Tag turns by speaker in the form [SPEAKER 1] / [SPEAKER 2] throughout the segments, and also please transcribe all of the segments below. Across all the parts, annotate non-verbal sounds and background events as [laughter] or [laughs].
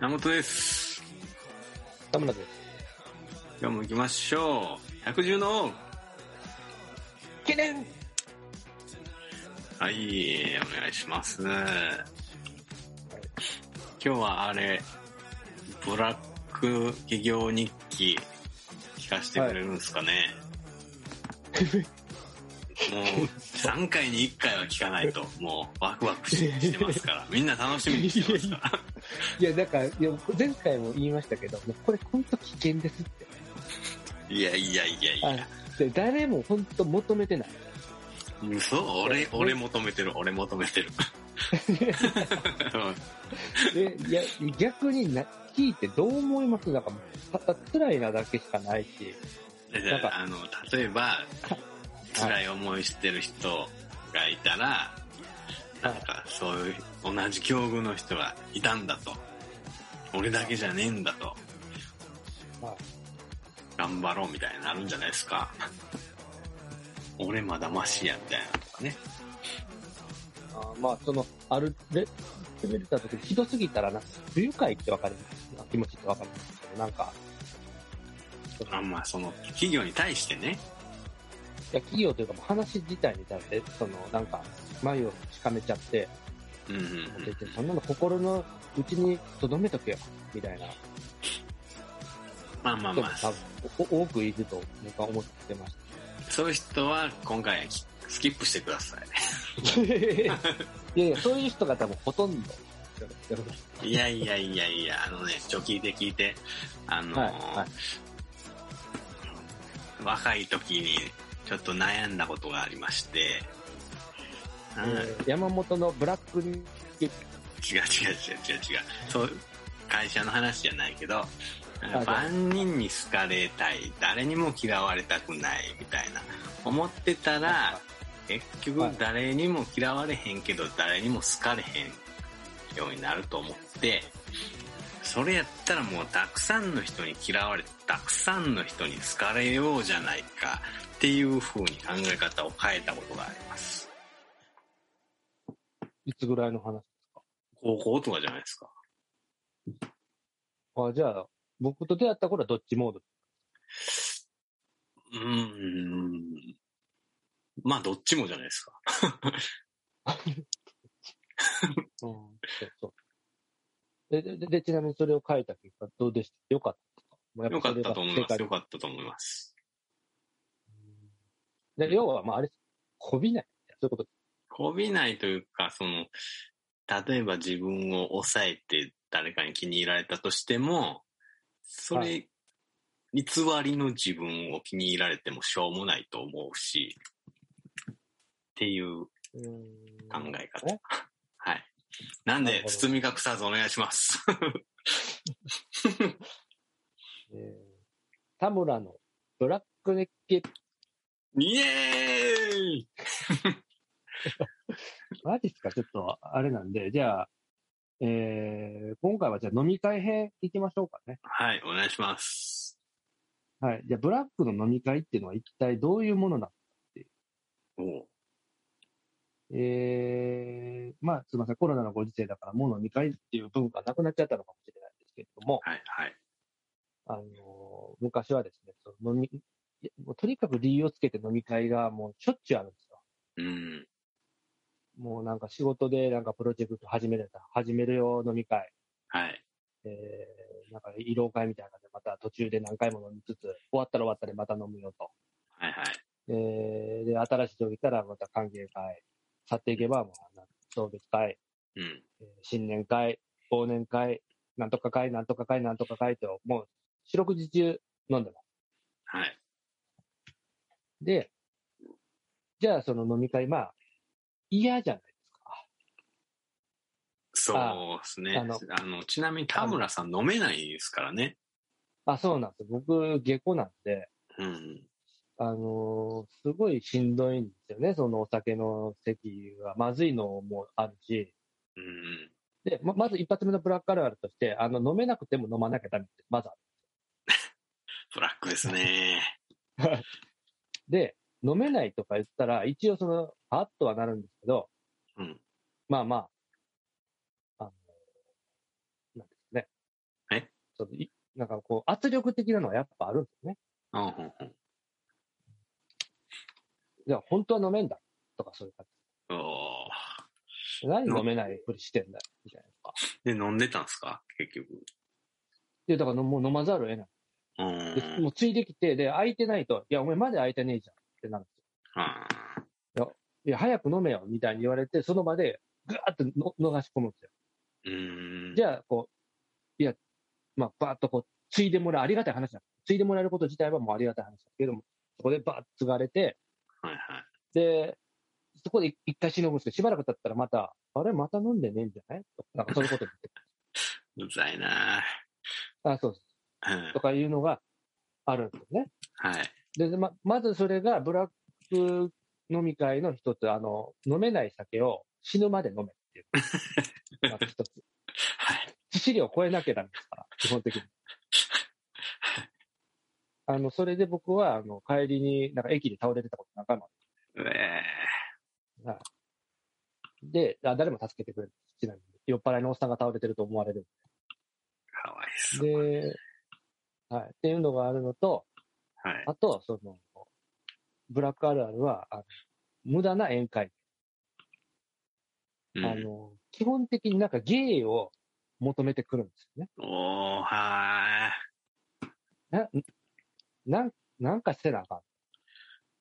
[SPEAKER 1] 山本です。
[SPEAKER 2] 田村です。
[SPEAKER 1] 今日も行きましょう。百獣の
[SPEAKER 2] 記念
[SPEAKER 1] 王はい、お願いします。今日はあれ、ブラック企業日記聞かせてくれるんですかね。もう、3回に1回は聞かないと、もうワクワクしてますから、みんな楽しみにしてますから。
[SPEAKER 2] いや、だから、いや前回も言いましたけど、もうこれ本当危険ですって。
[SPEAKER 1] いやいやいやいや。
[SPEAKER 2] あで誰も本当求めてない。
[SPEAKER 1] 嘘俺、俺求めてる、俺求めてる。 [laughs]
[SPEAKER 2] でいや逆にな聞いてどう思いますなんか、ただ辛いなだけしかないし。
[SPEAKER 1] で
[SPEAKER 2] なんか
[SPEAKER 1] あの、例えば、辛い思いしてる人がいたら、なんかそういう同じ境遇の人がいたんだと。俺だけじゃねえんだと。
[SPEAKER 2] まあ
[SPEAKER 1] 頑張ろうみたいになるんじゃないですか。俺まだマシやみたいなとかね。
[SPEAKER 2] あまあ、その、ある、レベルだとひどすぎたらな、不愉快ってわかります。気持ちってわかりますけど、なんか、その
[SPEAKER 1] あんまあその企業に対してね。
[SPEAKER 2] いや企業というかもう話自体に対して、その、なんか、眉をしかめちゃって、
[SPEAKER 1] うんうんうん
[SPEAKER 2] でそんなの心の内に留めとけよ、みたいな
[SPEAKER 1] まあまあ
[SPEAKER 2] 人
[SPEAKER 1] ま
[SPEAKER 2] も
[SPEAKER 1] あ、
[SPEAKER 2] 多分お多くいると僕は思ってまし
[SPEAKER 1] そういう人は今回スキップしてくださ [laughs]
[SPEAKER 2] た。いやいや、そういう人が多分ほとんど。
[SPEAKER 1] い。いやいやいやいや、あのね、ちょ聞いて聞いて、あのー
[SPEAKER 2] はい、はい。
[SPEAKER 1] 若い時にちょっと悩んだことがありまして、うん違う違う
[SPEAKER 2] えー山本のブラック
[SPEAKER 1] 違
[SPEAKER 2] に、
[SPEAKER 1] う違う違う、そう、会社の話じゃないけど、なんか
[SPEAKER 2] はいはい
[SPEAKER 1] 万人に好かれたい、誰にも嫌われたくないみたいな、思ってたら、結局
[SPEAKER 2] はい
[SPEAKER 1] 誰にも嫌われへんけど、誰にも好かれへんようになると思って、それやったらもうたくさんの人に嫌われて、たくさんの人に好かれようじゃないかっていう風に考え方を変えたことがあります。
[SPEAKER 2] いつぐらいの話
[SPEAKER 1] 高校とかじゃないですか。
[SPEAKER 2] あじゃあ、僕と出会った頃はどっちモード
[SPEAKER 1] うーん。まあどっちもじゃないですか。
[SPEAKER 2] うん、そうそう。で、で、ででちなみにそれを書いた結果、どうでしたよかったもうや
[SPEAKER 1] よか
[SPEAKER 2] ぱそ
[SPEAKER 1] っ
[SPEAKER 2] れが
[SPEAKER 1] たと思いま
[SPEAKER 2] 正
[SPEAKER 1] す。
[SPEAKER 2] 解
[SPEAKER 1] よかったと思います。
[SPEAKER 2] で要は、まあ、あれ、こびない。そういうこと。
[SPEAKER 1] こびないというか、その、例えば自分を抑えて誰かに気に入られたとしても、それ、
[SPEAKER 2] は
[SPEAKER 1] 偽りの自分を気に入られてもしょうもないと思うし、っていう考
[SPEAKER 2] うん。
[SPEAKER 1] え方。はい。なん
[SPEAKER 2] な
[SPEAKER 1] で
[SPEAKER 2] る、ほど
[SPEAKER 1] 包み隠さずお願いします。 [laughs]
[SPEAKER 2] えー田村のブラックネッケ、
[SPEAKER 1] イエーイ
[SPEAKER 2] マジっすかちょっとあれなんで、じゃあ、えー、今回はじゃあ飲み会編行きましょうかね。
[SPEAKER 1] はい、お願いします。
[SPEAKER 2] はい。じゃあ、ブラックの飲み会っていうのは一体どういうものなの
[SPEAKER 1] おう
[SPEAKER 2] えー、まあ、すみません、コロナのご時世だから、もう飲み会っていう文化なくなっちゃったのかもしれないですけれども、
[SPEAKER 1] はい、はい。
[SPEAKER 2] あのー昔はですね、その飲み、いやもうとにかく理由をつけて飲み会がもうしょっちゅうあるんですよ。
[SPEAKER 1] うん。
[SPEAKER 2] もうなんか仕事でなんかプロジェクト始めれた、始めるよ飲み会、
[SPEAKER 1] はい。
[SPEAKER 2] えー、なんか慰労会みたいな感じで、また途中で何回も飲みつつ、終わったら終わったでまた飲むよと。
[SPEAKER 1] はい、はい。
[SPEAKER 2] えー、で、新しい人がいたらまた歓迎会、去っていけば、まあ、送別会、
[SPEAKER 1] うん。
[SPEAKER 2] えー新年会、忘年会、なんとか会、なんとか会、なんとか会と、もう四六時中飲んでます。
[SPEAKER 1] はい。
[SPEAKER 2] で、じゃあその飲み会、まあ、嫌じゃないですか。
[SPEAKER 1] そうですね。
[SPEAKER 2] あ
[SPEAKER 1] あ
[SPEAKER 2] あの
[SPEAKER 1] のちなみに田村さん飲めないですからね。
[SPEAKER 2] あ、そうなんです。僕、下戸なんで、
[SPEAKER 1] うん。
[SPEAKER 2] あのーすごいしんどいんですよね、そのお酒の席は。まずいのもあるし。
[SPEAKER 1] うん。
[SPEAKER 2] で、ままず一発目のブラックあるあるとして、あの、飲めなくても飲まなきゃダメって、まずある。
[SPEAKER 1] ブラックですね。
[SPEAKER 2] で、飲めないとか言ったら、一応その、パッとはなるんですけど、
[SPEAKER 1] うん。
[SPEAKER 2] まあまあ、あのなんですかね。こう、圧力的なのはやっぱあるんですよね。
[SPEAKER 1] うんうんうん
[SPEAKER 2] じゃあ、本当は飲めんだ。とか、そういう感
[SPEAKER 1] おー
[SPEAKER 2] じ。何飲めないふりしてんだ。みたいなとか。
[SPEAKER 1] で、飲んでたんすか結局。
[SPEAKER 2] で、だからのもう飲まざるを得ない。
[SPEAKER 1] う
[SPEAKER 2] で
[SPEAKER 1] ーん。
[SPEAKER 2] もうついてきて、で、空いてないと、いや、お前まで空いてねえじゃん。ってなるんですよ。
[SPEAKER 1] あ
[SPEAKER 2] いや、早く飲めよ。みたいに言われて、その場で、ぐわーっての逃し込むんですよ。
[SPEAKER 1] ーうーん。
[SPEAKER 2] じ
[SPEAKER 1] ゃ
[SPEAKER 2] ゃあ、こう、いや、まあ、ばーっとこう、ついでもらう、ありがたい話だ。ついでもらえること自体はもうありがたい話だけども、そこでばーっと継がれて、
[SPEAKER 1] はいはい。
[SPEAKER 2] で、そこで一回しのぐんですけど、しばらく経ったらまた、あれ、また飲んでねえんじゃないとか、なんかそういうこと言って、
[SPEAKER 1] うざいな
[SPEAKER 2] あ、そうです。
[SPEAKER 1] うん
[SPEAKER 2] と。かいうのがあるんですよね。
[SPEAKER 1] はい。
[SPEAKER 2] で、ま、まずそれが、ブラック飲み会の一つ、あの、飲めない酒を死ぬまで飲
[SPEAKER 1] [laughs]
[SPEAKER 2] めっていう。まず一つ。
[SPEAKER 1] はい。
[SPEAKER 2] 致死量を超えなきゃダメですから、基本的に。あの、それで僕は、あの、帰りに、なんか駅で倒れてたことなんかもあ
[SPEAKER 1] うえ
[SPEAKER 2] るで、あ誰も助けてくれる。ちなみに。酔っ払いのおっさんが倒れてると思われる。
[SPEAKER 1] ー。かわいそう。
[SPEAKER 2] で、はい。っていうのがあるのと、
[SPEAKER 1] はい。
[SPEAKER 2] あと、その、ブラックあるあるは、あの無駄な宴会。
[SPEAKER 1] うん
[SPEAKER 2] あの、基本的になんか芸を求めてくるんですよね。
[SPEAKER 1] おー、はーい。
[SPEAKER 2] なん、なんかせなあかん。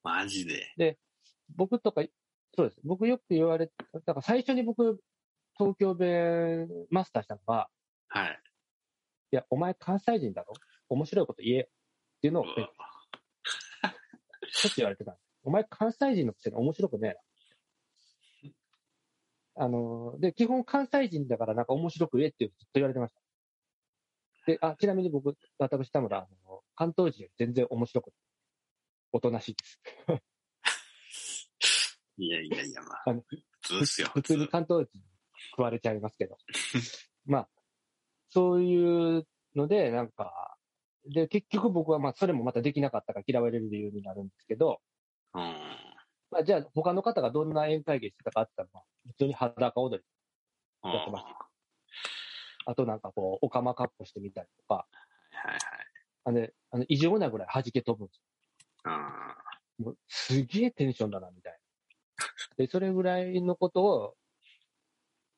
[SPEAKER 1] マジで。
[SPEAKER 2] 僕とか、そうです。僕よく言われ、だから最初に僕、東京弁マスターしたのは、
[SPEAKER 1] はい。
[SPEAKER 2] いや、お前関西人だろ面白いこと言えよっていうのを、
[SPEAKER 1] うわ
[SPEAKER 2] しょっちゅう言われてたんです。お前関西人のくせに面白くねえな。あのー、で、基本関西人だからなんか面白く言えってずっと言われてました。で、あ、ちなみに僕、私田村、あの関東人より全然面白くない。おとなしいです。
[SPEAKER 1] いやいやいや、まあ
[SPEAKER 2] あの、
[SPEAKER 1] 普通っすよ。
[SPEAKER 2] 普通に関東人食われちゃいますけど。 [laughs] まあ、そういうので、なんか、で、結局僕はまあ、それもまたできなかったから嫌われる理由になるんですけど、
[SPEAKER 1] うん。
[SPEAKER 2] まあ、じゃあ他の方がどんな宴会芸してたかって言ったら、まあ普通に裸踊り。
[SPEAKER 1] うん
[SPEAKER 2] やってましあとなんかこう、おかまかっこしてみたりとか、
[SPEAKER 1] はい
[SPEAKER 2] あの、あの異常なぐらい弾け飛ぶんです
[SPEAKER 1] はい。
[SPEAKER 2] よ。もうすげえテンションだな、みたいな。で、それぐらいのことを、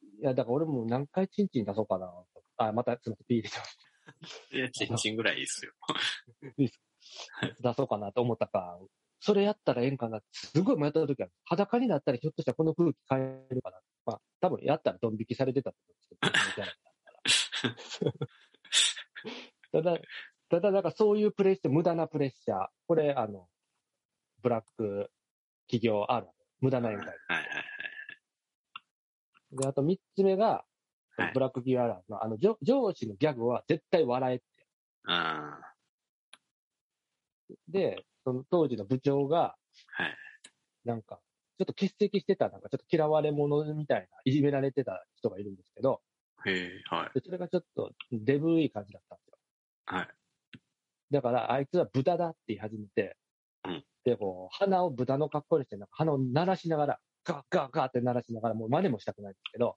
[SPEAKER 2] いや、だから俺もう何回チンチン出そうかなと。あ、また、すみません、ピー入れてます。
[SPEAKER 1] うん。いや、チンチンぐらいいいっすよ。
[SPEAKER 2] 出そうかなと思ったか、それやったらええんかなって、すごい迷った時は、裸になったらひょっとしたらこの空気変えるかな。まあ、多分やったらドン引きされてたと思うんですけど、みたいなただ、ただ、なんかそういうプレッシャー、無駄なプレッシャー、これ、あの、ブラック企業ある、無駄な宴会。
[SPEAKER 1] はい
[SPEAKER 2] で、あと三つ目が
[SPEAKER 1] はい、
[SPEAKER 2] ブラック企業あるあるの、あの、上上司のギャグは絶対笑えって。
[SPEAKER 1] はい。うん。
[SPEAKER 2] で、その当時の部長が、
[SPEAKER 1] はい
[SPEAKER 2] なんか、ちょっと欠席してた、なんかちょっと嫌われ者みたいな、いじめられてた人がいるんですけど、
[SPEAKER 1] へえ、はい。
[SPEAKER 2] でそれがちょっとデブい感じだったんですよ。
[SPEAKER 1] はい。
[SPEAKER 2] だから、あいつは豚だって言い始めて、
[SPEAKER 1] うん
[SPEAKER 2] で、こう、鼻を豚の格好にして、なんか鼻を鳴らしながら、ガッガッガッって鳴らしながら、もう真似もしたくないんですけど、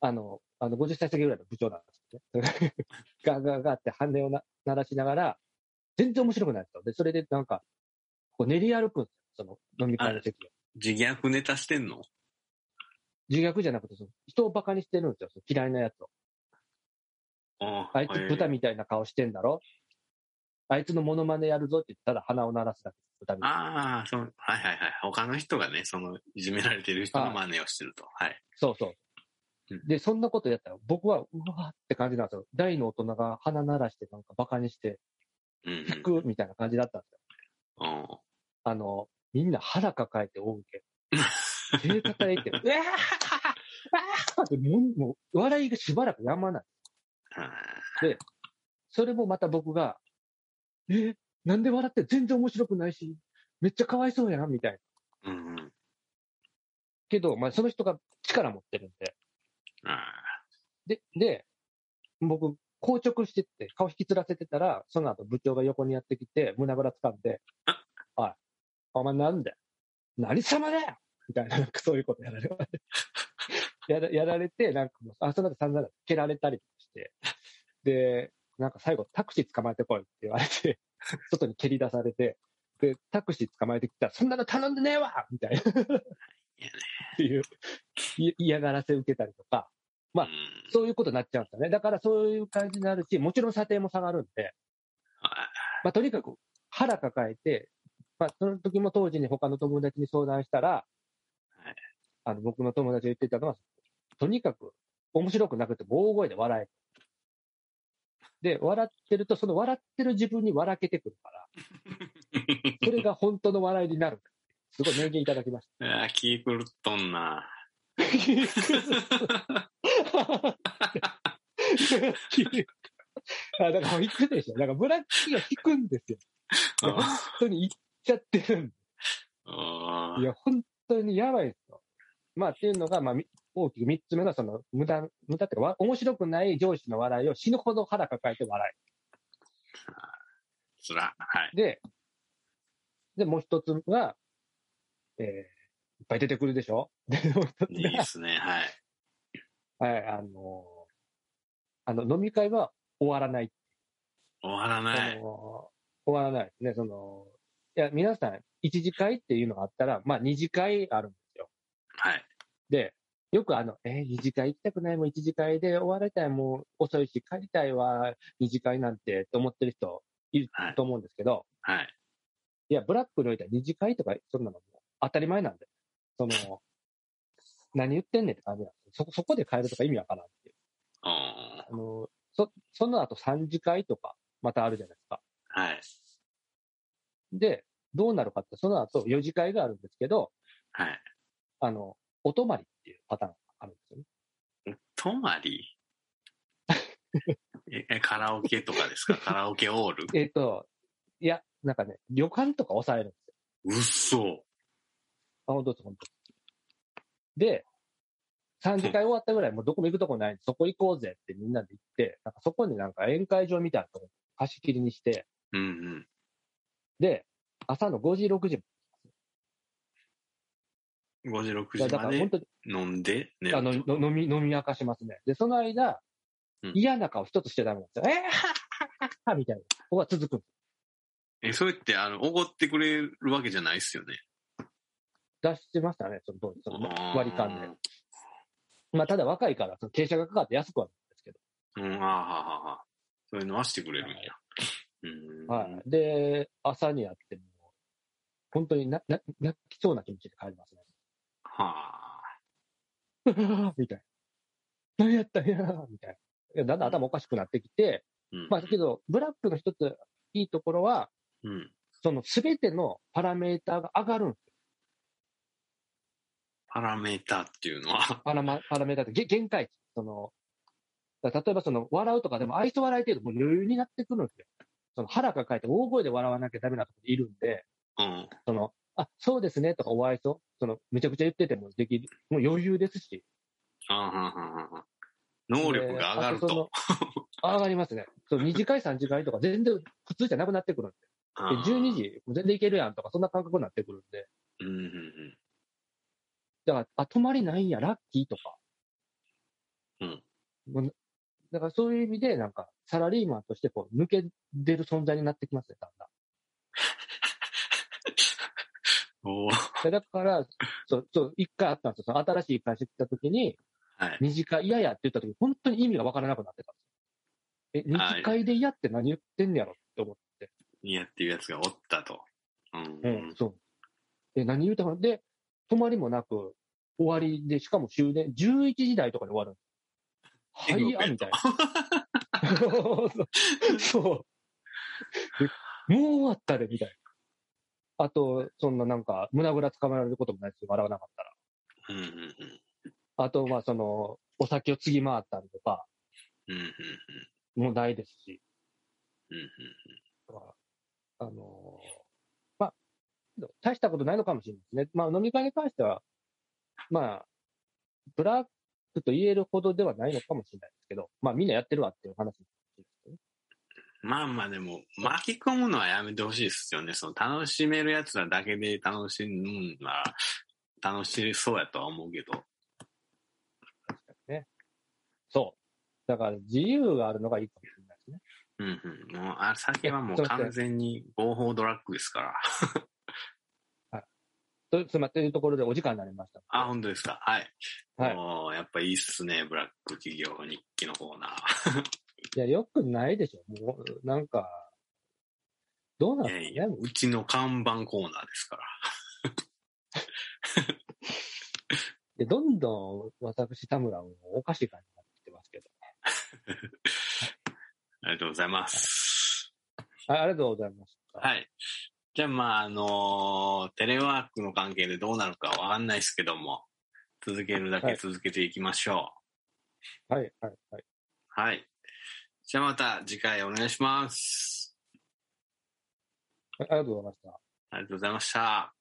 [SPEAKER 2] あの、あの50歳過ぎぐらいの部長なんですけどね。 [laughs] ガッガッガッって羽をな鳴らしながら、全然面白くないんですよ。で、それでなんか、こう練り歩くんですよ、その飲み会の席を。
[SPEAKER 1] 自虐ネタしてんの
[SPEAKER 2] 自虐じゃなくて、その人をバカにしてるんですよ、その嫌いなやつを。
[SPEAKER 1] あ
[SPEAKER 2] あいつ豚みたいな顔してんだろあいつのモノマネやるぞって言ったら鼻を鳴らすだけ。豚みたいな。
[SPEAKER 1] ああ、そう、はいはいはい。他の人がね、その、いじめられてる人の真似をしてると。はい。
[SPEAKER 2] そうそうう。で、そんなことやったら、僕は、うわーって感じなんですよ。大の大人が鼻鳴らして、なんかバカにして、
[SPEAKER 1] うんうん。
[SPEAKER 2] 引くみたいな感じだったんですよ。
[SPEAKER 1] うん
[SPEAKER 2] あの、みんな腹抱えて大受 [laughs] け。手叩いて、うわーわー [laughs] ってもう、もう、笑いがしばらくやまない。それもまた僕が、え、なんで笑って全然面白くないし、めっちゃかわいそうやん、みたいな。
[SPEAKER 1] うんうん。
[SPEAKER 2] けど、まあ、その人が力持ってるんで、
[SPEAKER 1] あ
[SPEAKER 2] で、で、僕、硬直してって、顔引きつらせてたら、その後部長が横にやってきて、胸ぐら掴ん [laughs] で、おい、お前なんだよ何様だよみたいな、なんかそういうことやら [laughs] れやらやられて、なんかもう、あ、その後散々蹴られたりして、で、なんか最後タクシー捕まえてこいって言われ [laughs] て、外に蹴り出されて、で、タクシー捕まえてきたら、そんなの頼んでねえわみた [laughs] いな。っていう、い嫌がらせ受けたりとか、まあ
[SPEAKER 1] うん
[SPEAKER 2] そういうことになっちゃうんですよね。だからそういう感じになるし、もちろん査定も下がるんで、
[SPEAKER 1] は
[SPEAKER 2] まあ、とにかく腹抱えて、まあ、その時も当時に他の友達に相談したら、
[SPEAKER 1] はい
[SPEAKER 2] あの僕の友達が言ってたのは、とにかく面白くなくても大声で笑え。で、笑ってると、その笑ってる自分に笑けてくるから、
[SPEAKER 1] い
[SPEAKER 2] それが本当の笑いになる。すごい名言いただきまし
[SPEAKER 1] あー気狂っとん [laughs] な。
[SPEAKER 2] た。 [laughs] あだから引くでしょ。だからブラッキーが引くんですよ。いや本当に行っちゃってるんで
[SPEAKER 1] あー
[SPEAKER 2] いや、本当にやばいですよ。まあ、っていうのが、まあ、み大きく3つ目の、その、無駄、無駄っていうか、わ面白くない上司の笑いを死ぬほど腹抱えて笑
[SPEAKER 1] つら。はい。
[SPEAKER 2] い。で、で、もう一つが、えー、いっぱい出てくるでしょで、もう一つ
[SPEAKER 1] いいですね。はい。
[SPEAKER 2] が、はい、あのーあの、飲み会は終わらない。
[SPEAKER 1] 終わらな
[SPEAKER 2] あ
[SPEAKER 1] い。
[SPEAKER 2] のー終わらないですね。その、いや、皆さん、一次会っていうのがあったら、まあ、二次会あるんですよ。
[SPEAKER 1] はい。
[SPEAKER 2] で、よくあの、えー二次会行きたくない、もう一次会で終わりたい、もう遅いし、帰りたいわ、二次会なんて、と思ってる人いる
[SPEAKER 1] はい
[SPEAKER 2] と思うんですけど、
[SPEAKER 1] はい。
[SPEAKER 2] い、や、ブラックにおいては二次会とか、そんなのもう当たり前なんで、そ
[SPEAKER 1] [laughs]
[SPEAKER 2] の、何言ってんねんって感じなんですそこ、そこで帰るとか意味わからんっていう。
[SPEAKER 1] うん
[SPEAKER 2] あの、そ、その後三次会とか、またあるじゃないですか。
[SPEAKER 1] はい。
[SPEAKER 2] で、どうなるかって、その後四次会があるんですけど、
[SPEAKER 1] はい。
[SPEAKER 2] あの、お泊まりっていうパターンがあるんですよね。
[SPEAKER 1] 泊ま
[SPEAKER 2] [laughs]
[SPEAKER 1] りえ、えカラオケとかですかカラオケオール
[SPEAKER 2] えっ、と、いや、なんかね、旅館とか抑えるんですよ
[SPEAKER 1] うっそ。
[SPEAKER 2] あ、本当です、本当です。で、3次会終わったぐらい、もうどこも行くとこないんで、そこ行こうぜってみんなで行って、なんかそこになんか宴会場みたいなとこ貸し切りにして、
[SPEAKER 1] うんうん。
[SPEAKER 2] で、朝の5時、6時、
[SPEAKER 1] 5時、6
[SPEAKER 2] いや
[SPEAKER 1] 時
[SPEAKER 2] だか
[SPEAKER 1] ま
[SPEAKER 2] ら本
[SPEAKER 1] で
[SPEAKER 2] 当に
[SPEAKER 1] 飲んで寝
[SPEAKER 2] あ
[SPEAKER 1] る
[SPEAKER 2] の
[SPEAKER 1] と。
[SPEAKER 2] の飲み飲み明かしますね。で、その間、
[SPEAKER 1] うん
[SPEAKER 2] 嫌な顔一つしちゃダメなんですよ。えー、ははみたいな。ここが続く。
[SPEAKER 1] え、それって、あの、おごってくれるわけじゃないっすよね。
[SPEAKER 2] 出してましたね、その当時、その割り勘で。
[SPEAKER 1] で。
[SPEAKER 2] まあ、ただ若いから、その傾斜がかかって安くはないんですけど。
[SPEAKER 1] うん、ああ、はあはあ。そういうのはしてくれるんや。うん。
[SPEAKER 2] はい。で、朝にやっても、本当にな、な、泣きそうな気持ちで帰りますね。
[SPEAKER 1] は [laughs]
[SPEAKER 2] みたいな。何やったんやみたいな。いやだんだん頭おかしくなってきて、
[SPEAKER 1] うん。
[SPEAKER 2] まあ、だけど、ブラックの一ついいところは、
[SPEAKER 1] うん。
[SPEAKER 2] そのすべてのパラメーターが上がるんですよ。
[SPEAKER 1] パラメーターっていうのは、 [laughs]
[SPEAKER 2] パラマパラメーターってげ限界値。その、だから例えばその、笑うとかでも愛想笑い程度もう余裕になってくるんですよ。その腹抱えて大声で笑わなきゃダメなとこいるんで、
[SPEAKER 1] うん。
[SPEAKER 2] その、あ、そうですねとかお愛想、その、めちゃくちゃ言っててもできる、もう余裕ですし。
[SPEAKER 1] あはんはんはんはん能力が上がる
[SPEAKER 2] で
[SPEAKER 1] と。。
[SPEAKER 2] あとその上がりますね。そう二次会、三次会とか全然普通じゃなくなってくるんで。
[SPEAKER 1] あ
[SPEAKER 2] で
[SPEAKER 1] ー
[SPEAKER 2] 12。時、もう全然いけるやんとか、そんな感覚になってくるんで。
[SPEAKER 1] うんうんうん。
[SPEAKER 2] だから、あ、泊まりないんや、ラッキーとか。
[SPEAKER 1] うん
[SPEAKER 2] もう。だからそういう意味で、なんか、サラリーマンとしてこう、抜け出る存在になってきますね、だんだ
[SPEAKER 1] おー
[SPEAKER 2] ん。でだから、そう、そう、一回あったんですよ。その新しい会社来た時に、
[SPEAKER 1] はい。
[SPEAKER 2] 二次会嫌やって言った時、本当に意味がわからなくなってたんですよ。え、
[SPEAKER 1] はい
[SPEAKER 2] 二次会で嫌って何言ってんねやろって思って。
[SPEAKER 1] ニヤっていうやつがおったと。うん。
[SPEAKER 2] うん、そう。え、何言うたので、泊まりもなく、終わりで、しかも終電、11時台とかで終わる。は
[SPEAKER 1] 天国
[SPEAKER 2] い
[SPEAKER 1] へ
[SPEAKER 2] や、みたいな。そうそうで。もう終わったで、みたいな。あと、そんななんか、胸ぐらつかめられることもないし、笑わなかったら。
[SPEAKER 1] うんうんうん。
[SPEAKER 2] あと、まあ、その、お酒を継ぎ回ったりとか、
[SPEAKER 1] うんうんうん。
[SPEAKER 2] もないですし、
[SPEAKER 1] うんうん
[SPEAKER 2] あのーまあ、大したことないのかもしれないですね。まあ、飲み会に関しては、まあ、ブラックと言えるほどではないのかもしれないですけど、まあ、みんなやってるわっていう話ですね。
[SPEAKER 1] まあまあでも、巻き込むのはやめてほしいですよね。その楽しめるやつらだけで楽しむのは、楽しそうやとは思うけど。
[SPEAKER 2] 確かにね。そう。だから、自由があるのがいいかもしれないでですね。
[SPEAKER 1] うんうん。もう、あ、酒はもう完全に合法ドラッグですから。
[SPEAKER 2] とつまりというところでお時間になりました。
[SPEAKER 1] あ、本当ですか。はい。
[SPEAKER 2] はい
[SPEAKER 1] もう、やっぱいいっすね。ブラック企業日記のコーナー。
[SPEAKER 2] いや、よくないでしょ。もう、なんか、どうなん
[SPEAKER 1] いや
[SPEAKER 2] です
[SPEAKER 1] い
[SPEAKER 2] か
[SPEAKER 1] や
[SPEAKER 2] ね。
[SPEAKER 1] うちの看板コーナーですから。
[SPEAKER 2] でどんどん私、田村もおかしい感じになってきてますけど。
[SPEAKER 1] ありがとうございます。
[SPEAKER 2] あありがとうございました。
[SPEAKER 1] はい。じゃあ、まあ、あのーテレワークの関係でどうなるかわかんないですけども、続けるだ
[SPEAKER 2] は
[SPEAKER 1] け
[SPEAKER 2] い
[SPEAKER 1] 続けていきましょ
[SPEAKER 2] はい、はい、はい。
[SPEAKER 1] う。はい。じゃあ、また次回お願いします。
[SPEAKER 2] ありがとうございました。
[SPEAKER 1] ありがとうございました。